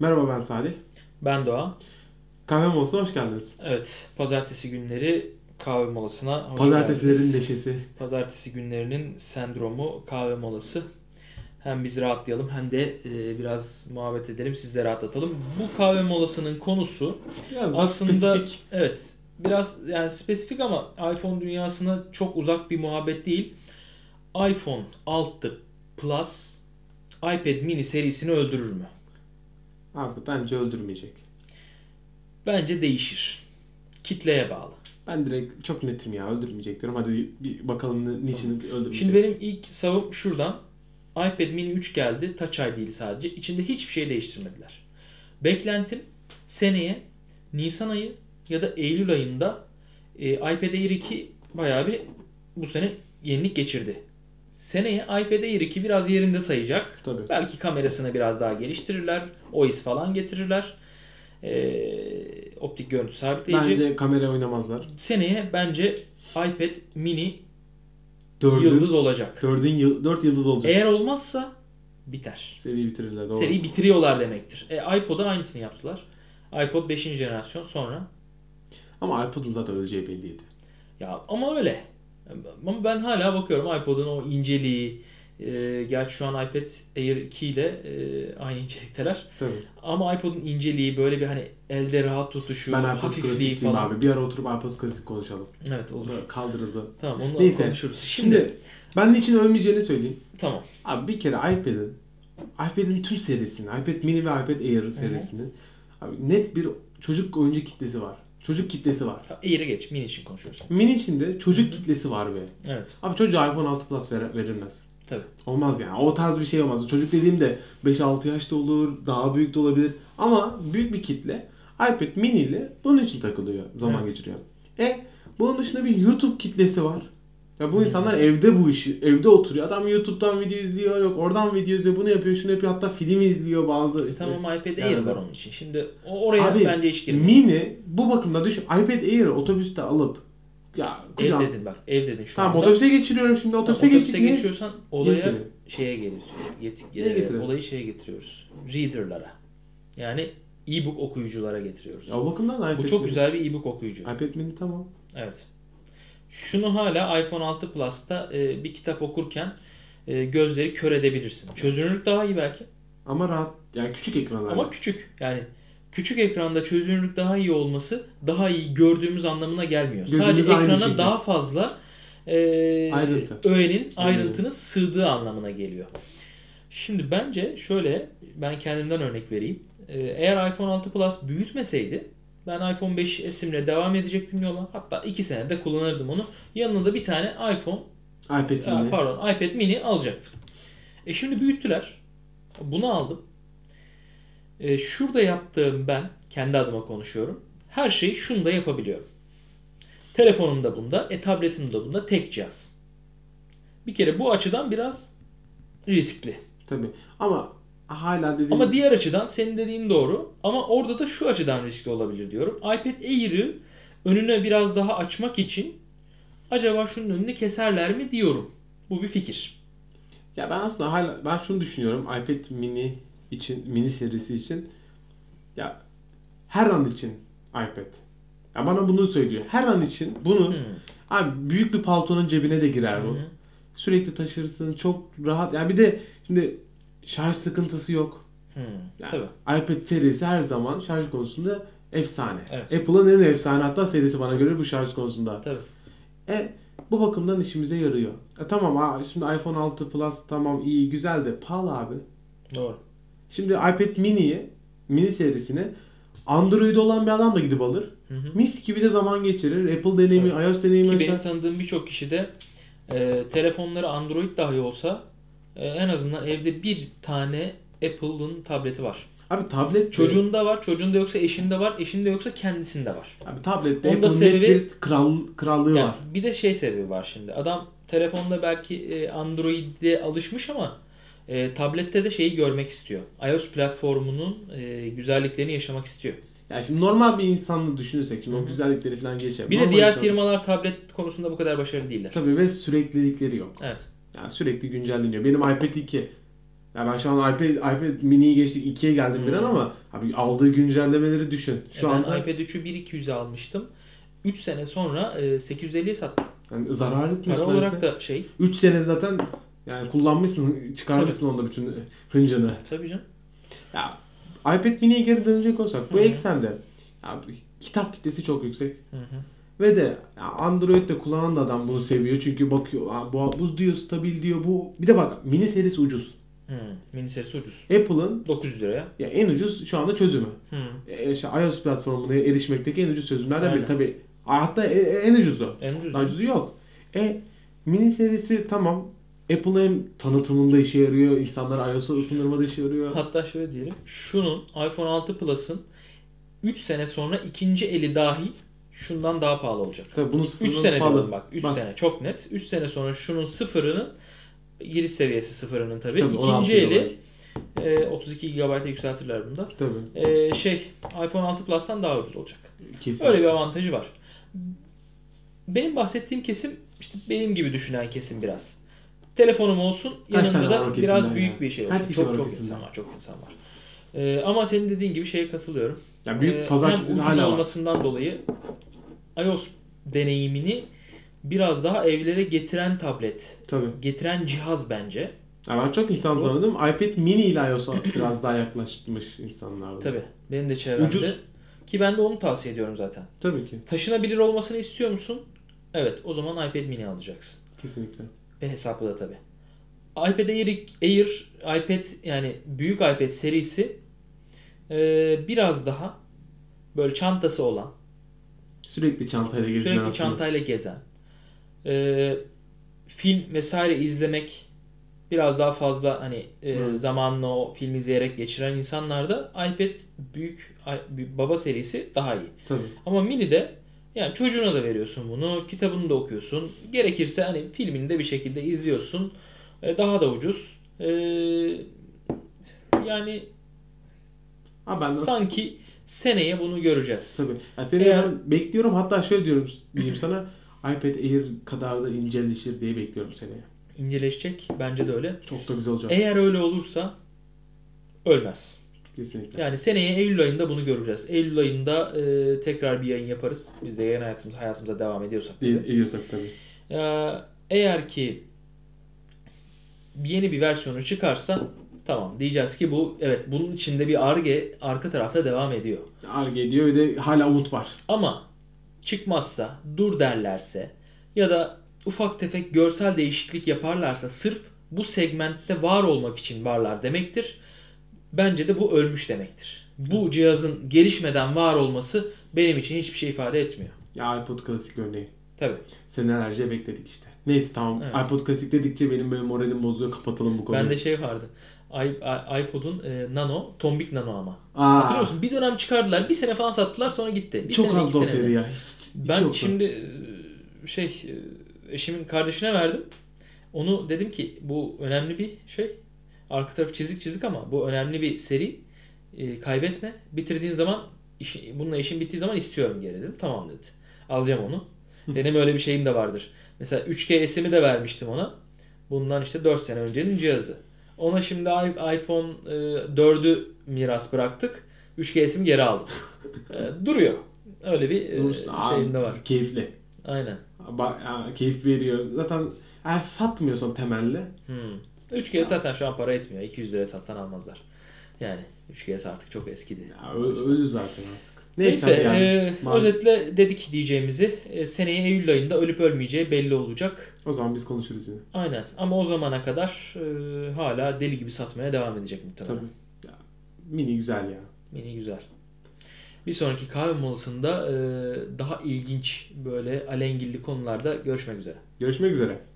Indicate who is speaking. Speaker 1: Merhaba ben Salih.
Speaker 2: Ben Doğa.
Speaker 1: Kahve molasına hoş geldiniz.
Speaker 2: Evet, pazartesi günleri kahve molasına hoş
Speaker 1: Pazartesilerin
Speaker 2: geldiniz.
Speaker 1: neşesi.
Speaker 2: Pazartesi günlerinin sendromu kahve molası. Hem biz rahatlayalım hem de e, biraz muhabbet edelim, siz de rahatlatalım. Bu kahve molasının konusu
Speaker 1: Biraz
Speaker 2: aslında
Speaker 1: Aslında... spesifik.
Speaker 2: evet biraz yani spesifik ama iPhone dünyasına çok uzak bir muhabbet değil. iPhone 6 Plus iPad mini serisini öldürür mü?
Speaker 1: Abi bence öldürmeyecek.
Speaker 2: Bence değişir. Kitleye bağlı.
Speaker 1: Ben direkt çok netim ya öldürmeyecek diyorum. Hadi bir bakalım ne- niçin öldürmeyecek.
Speaker 2: Şimdi benim ilk savım şuradan. iPad mini 3 geldi. Touch ID değil sadece. İçinde hiçbir şey değiştirmediler. Beklentim seneye Nisan ayı ya da Eylül ayında e, iPad Air 2 bayağı bir bu sene yenilik geçirdi. Seneye iPad Air 2 biraz yerinde sayacak.
Speaker 1: Tabii.
Speaker 2: Belki kamerasını biraz daha geliştirirler. OIS falan getirirler. E, optik görüntü sabitleyici.
Speaker 1: Bence kamera oynamazlar.
Speaker 2: Seneye bence iPad mini
Speaker 1: Dördün,
Speaker 2: yıldız E- olacak.
Speaker 1: dördün yıl, dört yıldız olacak.
Speaker 2: Eğer olmazsa biter.
Speaker 1: Seriyi bitirirler doğru.
Speaker 2: Seriyi bitiriyorlar demektir. E, iPod'a aynısını yaptılar. iPod 5. jenerasyon sonra.
Speaker 1: Ama iPod'un zaten öleceği belliydi.
Speaker 2: Ya ama öyle. Ama ben hala bakıyorum iPod'un o inceliği. E, gerçi şu an iPad Air 2 ile e, aynı incelikteler.
Speaker 1: Tabii.
Speaker 2: Ama iPod'un inceliği böyle bir hani elde rahat tutuşu,
Speaker 1: ben iPod
Speaker 2: hafifliği
Speaker 1: klasikçiyim
Speaker 2: falan.
Speaker 1: abi. Bir ara oturup iPod klasik konuşalım.
Speaker 2: Evet
Speaker 1: O
Speaker 2: olur.
Speaker 1: da kaldırıldı.
Speaker 2: Tamam onunla
Speaker 1: Neyse.
Speaker 2: konuşuruz. Şimdi,
Speaker 1: Şimdi, ben niçin ölmeyeceğini söyleyeyim.
Speaker 2: tamam.
Speaker 1: Abi bir kere iPad'in iPad'in tüm serisini, iPad mini ve iPad Air serisinin abi net bir çocuk oyuncu kitlesi var. Çocuk kitlesi var.
Speaker 2: Ta- Air'i geç. Mini için konuşuyoruz.
Speaker 1: Mini içinde çocuk kitlesi var be.
Speaker 2: Evet.
Speaker 1: Abi çocuğa iPhone 6 Plus ver- verilmez.
Speaker 2: Tabii.
Speaker 1: Olmaz yani. O tarz bir şey olmaz. Çocuk dediğim de 5-6 yaşta olur, daha büyük de olabilir. Ama büyük bir kitle iPad mini ile bunun için takılıyor, zaman
Speaker 2: Evet.
Speaker 1: geçiriyor. E bunun dışında bir YouTube kitlesi var. Ya bu
Speaker 2: Hmm.
Speaker 1: insanlar evde bu işi, evde oturuyor. Adam YouTube'dan video izliyor, yok oradan video izliyor, bunu yapıyor, şunu yapıyor. Hatta film izliyor bazı.
Speaker 2: E, tamam iPad Air
Speaker 1: Ee, Yani-
Speaker 2: var onun için. Şimdi o oraya
Speaker 1: Abi,
Speaker 2: bence hiç girmeyelim.
Speaker 1: Mini bu bakımda düşün. iPad Air'i otobüste alıp ya
Speaker 2: Ev
Speaker 1: kucağına
Speaker 2: dedin bak ev dedin şu
Speaker 1: Tamam
Speaker 2: anda.
Speaker 1: otobüse geçiriyorum şimdi.
Speaker 2: Tamam,
Speaker 1: Otobüse,
Speaker 2: otobüse
Speaker 1: geçtik. niye?
Speaker 2: geçiyorsan olaya
Speaker 1: Getireyim.
Speaker 2: şeye getiriyoruz. Yet-
Speaker 1: Neye
Speaker 2: e,
Speaker 1: getirelim?
Speaker 2: olayı şeye getiriyoruz. Reader'lara. Yani e-book okuyuculara getiriyoruz.
Speaker 1: Ya o bakımdan da iPad
Speaker 2: Bu çok
Speaker 1: mini.
Speaker 2: güzel bir e-book okuyucu.
Speaker 1: iPad mini tamam.
Speaker 2: Evet. Şunu hala iPhone 6 Plus'ta e, bir kitap okurken e, gözleri kör edebilirsin. Çözünürlük daha iyi belki
Speaker 1: Ama rahat. Yani küçük ekranlar.
Speaker 2: ama küçük. Yani küçük ekranda çözünürlük daha iyi olması daha iyi gördüğümüz anlamına gelmiyor.
Speaker 1: Gözümüz
Speaker 2: Sadece
Speaker 1: aynı
Speaker 2: ekrana
Speaker 1: şekilde.
Speaker 2: daha fazla e,
Speaker 1: Ayrıntı.
Speaker 2: öğenin ayrıntının sığdığı anlamına geliyor. Şimdi bence şöyle ben kendimden örnek vereyim. E, eğer iPhone 6 Plus büyütmeseydi ben iPhone 5S'imle devam edecektim yola. Hatta 2 senede kullanırdım onu. Yanına da bir tane iPhone
Speaker 1: iPad
Speaker 2: Aa,
Speaker 1: mini.
Speaker 2: pardon iPad mini alacaktım. E şimdi büyüttüler. Bunu aldım. E, şurada yaptığım ben kendi adıma konuşuyorum. Her şeyi şunda yapabiliyorum. Telefonumda bunda, e tabletimde bunda tek cihaz. Bir kere bu açıdan biraz riskli.
Speaker 1: Tabii. Ama hala dediğim
Speaker 2: Ama diğer açıdan senin dediğin doğru. Ama orada da şu açıdan riskli olabilir diyorum. iPad Air'i önüne biraz daha açmak için acaba şunun önünü keserler mi diyorum. Bu bir fikir.
Speaker 1: ya ben aslında hala ben şunu düşünüyorum. iPad mini için mini serisi için ya her an için iPad. Ya bana bunu söylüyor. Her an için bunu
Speaker 2: Hı.
Speaker 1: abi büyük bir paltonun cebine de girer bu.
Speaker 2: Hmm. Hı hı.
Speaker 1: Sürekli taşırsın. Çok rahat. Yani bir de şimdi şarj sıkıntısı yok.
Speaker 2: Hmm,
Speaker 1: Yani
Speaker 2: Tabii.
Speaker 1: iPad serisi her zaman şarj konusunda efsane.
Speaker 2: Evet.
Speaker 1: Apple'ın en efsane hatta serisi bana göre bu şarj konusunda.
Speaker 2: Tabii.
Speaker 1: E bu bakımdan işimize yarıyor. E, tamam ha, şimdi iPhone 6 Plus tamam iyi güzel de pahalı abi.
Speaker 2: Doğru.
Speaker 1: Şimdi iPad mini'yi, mini serisini Android olan bir adam da gidip alır.
Speaker 2: Hı hı.
Speaker 1: Mis gibi de zaman geçirir. Apple deneyimi, iOS deneyimi
Speaker 2: Ki
Speaker 1: yaşar.
Speaker 2: benim tanıdığım birçok kişi de e, telefonları Android dahi olsa e, en azından evde bir tane Apple'ın tableti var.
Speaker 1: Abi tablet
Speaker 2: Çocuğunda var, çocuğunda yoksa eşinde var, eşinde yoksa kendisinde var.
Speaker 1: Abi tablette
Speaker 2: Onda
Speaker 1: Apple'ın net
Speaker 2: sebebi-
Speaker 1: bir kral, krallığı
Speaker 2: Yani
Speaker 1: var.
Speaker 2: bir de şey sebebi var şimdi. Adam telefonda belki e, Android'e alışmış ama e, tablette de şeyi görmek istiyor. iOS platformunun e, güzelliklerini yaşamak istiyor.
Speaker 1: Yani şimdi normal bir insanla düşünürsek şimdi
Speaker 2: Hı
Speaker 1: o
Speaker 2: hı.
Speaker 1: güzellikleri falan geçer.
Speaker 2: Bir de
Speaker 1: Normal
Speaker 2: diğer
Speaker 1: insan-
Speaker 2: firmalar tablet konusunda bu kadar başarılı değiller.
Speaker 1: Tabii ve süreklilikleri yok.
Speaker 2: Evet.
Speaker 1: Yani sürekli güncelleniyor. Benim iPad 2 Ya ben şu an iPad, iPad mini'yi geçtik 2'ye geldim bir an ama abi aldığı güncellemeleri düşün. Şu
Speaker 2: Hmm. E, ben
Speaker 1: anda
Speaker 2: iPad 3'ü 1200'e almıştım. 3 sene sonra e, 850'ye sattım.
Speaker 1: yani zarar etmiş.
Speaker 2: Para olarak da şey.
Speaker 1: 3 sene zaten yani kullanmışsın, çıkarmışsın onda bütün hıncını.
Speaker 2: Tabii canım.
Speaker 1: Ya iPad mini'ye geri dönecek olsak bu
Speaker 2: Hı.
Speaker 1: eksende ya, kitap kitlesi çok yüksek.
Speaker 2: Hı hı.
Speaker 1: Ve de ya Android'de kullanan da adam bunu seviyor. Çünkü bakıyor ha, bu, bu diyor stabil diyor. Bu bir de bak mini serisi ucuz.
Speaker 2: Hı. Mini serisi ucuz.
Speaker 1: Apple'ın
Speaker 2: 900 liraya.
Speaker 1: ya en ucuz şu anda çözümü.
Speaker 2: Hı.
Speaker 1: E, işte iOS platformuna erişmekteki en ucuz çözümlerden biri
Speaker 2: Aynen.
Speaker 1: tabii. Hatta e- e- en ucuzu.
Speaker 2: En ucuz.
Speaker 1: Daha ucuzu yok. E mini serisi tamam. Apple hem tanıtımında işe yarıyor, insanlara iOS'a ısındırmada işe yarıyor.
Speaker 2: Hatta şöyle diyelim. Şunun iPhone 6 Plus'ın 3 sene sonra ikinci eli dahi şundan daha pahalı olacak.
Speaker 1: Tabii bunu
Speaker 2: 3
Speaker 1: sıfırdan
Speaker 2: sene
Speaker 1: pahalı.
Speaker 2: diyorum bak. 3
Speaker 1: Bak.
Speaker 2: sene çok net. 3 sene sonra şunun sıfırının giriş seviyesi sıfırının tabii.
Speaker 1: Tabii, 16
Speaker 2: ikinci eli e, 32 GB'a yükseltirler bunda.
Speaker 1: Tabii.
Speaker 2: E, şey iPhone 6 Plus'tan daha ucuz olacak.
Speaker 1: Kesin.
Speaker 2: Öyle bir avantajı var. Benim bahsettiğim kesim işte benim gibi düşünen kesim biraz. Telefonum olsun
Speaker 1: Kaç tane
Speaker 2: yanımda
Speaker 1: var o
Speaker 2: da
Speaker 1: kesimden
Speaker 2: biraz büyük
Speaker 1: ya?
Speaker 2: bir şey
Speaker 1: Kaç
Speaker 2: olsun.
Speaker 1: kişi var o
Speaker 2: çok çok
Speaker 1: kesimden?
Speaker 2: insan var, çok insan var. Ee, ama senin dediğin gibi şeye katılıyorum.
Speaker 1: Ya büyük
Speaker 2: Ee,
Speaker 1: pazar
Speaker 2: hem
Speaker 1: kitlesi
Speaker 2: ucuz
Speaker 1: hala var.
Speaker 2: olmasından dolayı iOS deneyimini biraz daha evlere getiren tablet,
Speaker 1: Tabii.
Speaker 2: getiren cihaz bence.
Speaker 1: Ya ben çok insan tanıdım. iPad mini ile iOS'a biraz daha yaklaşmış insanlar.
Speaker 2: Tabii benim de çevremde.
Speaker 1: Ucuz.
Speaker 2: Ki ben de onu tavsiye ediyorum zaten.
Speaker 1: Tabii ki.
Speaker 2: Taşınabilir olmasını istiyor musun? Evet, o zaman iPad mini alacaksın.
Speaker 1: Kesinlikle.
Speaker 2: Ve hesaplı E, da tabii. iPad Air, Air iPad yani büyük iPad serisi e, biraz daha böyle çantası olan,
Speaker 1: Sürekli çantayla gezinen
Speaker 2: sürekli
Speaker 1: aslında.
Speaker 2: çantayla gezen, e, film vesaire izlemek biraz daha fazla hani e,
Speaker 1: Evet.
Speaker 2: zamanını o film izleyerek geçiren insanlarda iPad büyük i- baba serisi daha iyi.
Speaker 1: Tabii.
Speaker 2: Ama mini de yani çocuğuna da veriyorsun bunu, kitabını da okuyorsun. Gerekirse hani filmini de bir şekilde izliyorsun. E, daha da ucuz. E, yani
Speaker 1: Ha ben de
Speaker 2: sanki seneye bunu göreceğiz.
Speaker 1: tabii. Ya seni
Speaker 2: Eğer-
Speaker 1: ben bekliyorum. Hatta şöyle diyorum diyeyim sana. iPad Air kadar da inceleşir diye bekliyorum seni.
Speaker 2: İnceleşecek bence de öyle.
Speaker 1: Çok da güzel olacak.
Speaker 2: Eğer öyle olursa ölmez.
Speaker 1: Kesinlikle.
Speaker 2: Yani seneye Eylül ayında bunu göreceğiz. Eylül ayında e, tekrar bir yayın yaparız. Biz de yayın hayatımız, hayatımıza devam ediyorsak. tabii.
Speaker 1: İyi, diyorsak tabii.
Speaker 2: Ee, eğer ki yeni bir versiyonu çıkarsa tamam diyeceğiz ki bu evet bunun içinde bir arge arka tarafta devam ediyor.
Speaker 1: Arge diyor bir de hala umut var.
Speaker 2: Ama çıkmazsa dur derlerse ya da ufak tefek görsel değişiklik yaparlarsa sırf bu segmentte var olmak için varlar demektir. Bence de bu ölmüş demektir. Bu cihazın gelişmeden var olması benim için hiçbir şey ifade etmiyor.
Speaker 1: Ya iPod klasik örneği.
Speaker 2: Tabii.
Speaker 1: Senelerce bekledik işte. Neyse tamam.
Speaker 2: Evet.
Speaker 1: iPod klasik dedikçe benim böyle moralim bozuyor. Kapatalım bu konuyu.
Speaker 2: Bende şey vardı. i- i- iPod'un e, Nano, tombik Nano ama.
Speaker 1: Aa,
Speaker 2: Hatırlıyor musun? Bir dönem çıkardılar. Bir sene falan sattılar sonra gitti. Bir
Speaker 1: Çok
Speaker 2: sene,
Speaker 1: az
Speaker 2: iki
Speaker 1: da o
Speaker 2: sene de.
Speaker 1: seri ya. Hiç, hiç
Speaker 2: Ben
Speaker 1: yoktu.
Speaker 2: şimdi e, şey e, eşimin kardeşine verdim. Onu dedim ki bu önemli bir şey. Arka tarafı çizik çizik ama bu önemli bir seri. E, kaybetme. Bitirdiğin zaman işi, bununla işin bittiği zaman istiyorum geri dedim. Tamam dedi. Alacağım onu. Benim öyle bir şeyim de vardır. Mesela 3GS'imi de vermiştim ona. Bundan işte 4 sene öncenin cihazı. Ona şimdi i- iPhone e, 4'ü miras bıraktık. 3GS'imi geri aldım. E, Duruyor. Öyle bir e,
Speaker 1: Dursun. Aa,
Speaker 2: şeyim de var.
Speaker 1: Keyifli.
Speaker 2: Aynen.
Speaker 1: Ba- ya, keyif veriyor. Zaten eğer satmıyorsan temelli.
Speaker 2: Hmm. 3GS zaten şu an para etmiyor. 200 liraya satsan almazlar. Yani 3GS artık çok eskidi.
Speaker 1: Ya, ö- ölü zaten artık.
Speaker 2: Neyse,
Speaker 1: hadi yani.
Speaker 2: e,
Speaker 1: Ma-
Speaker 2: özetle dedik diyeceğimizi. E, seneye Eylül ayında ölüp ölmeyeceği belli olacak.
Speaker 1: O zaman biz konuşuruz yine.
Speaker 2: Aynen ama o zamana kadar e, hala deli gibi satmaya devam edecek muhtemelen.
Speaker 1: Tabii. Ya, mini güzel ya.
Speaker 2: Mini güzel. Bir sonraki kahve molasında e, daha ilginç böyle alengilli konularda görüşmek üzere.
Speaker 1: Görüşmek üzere.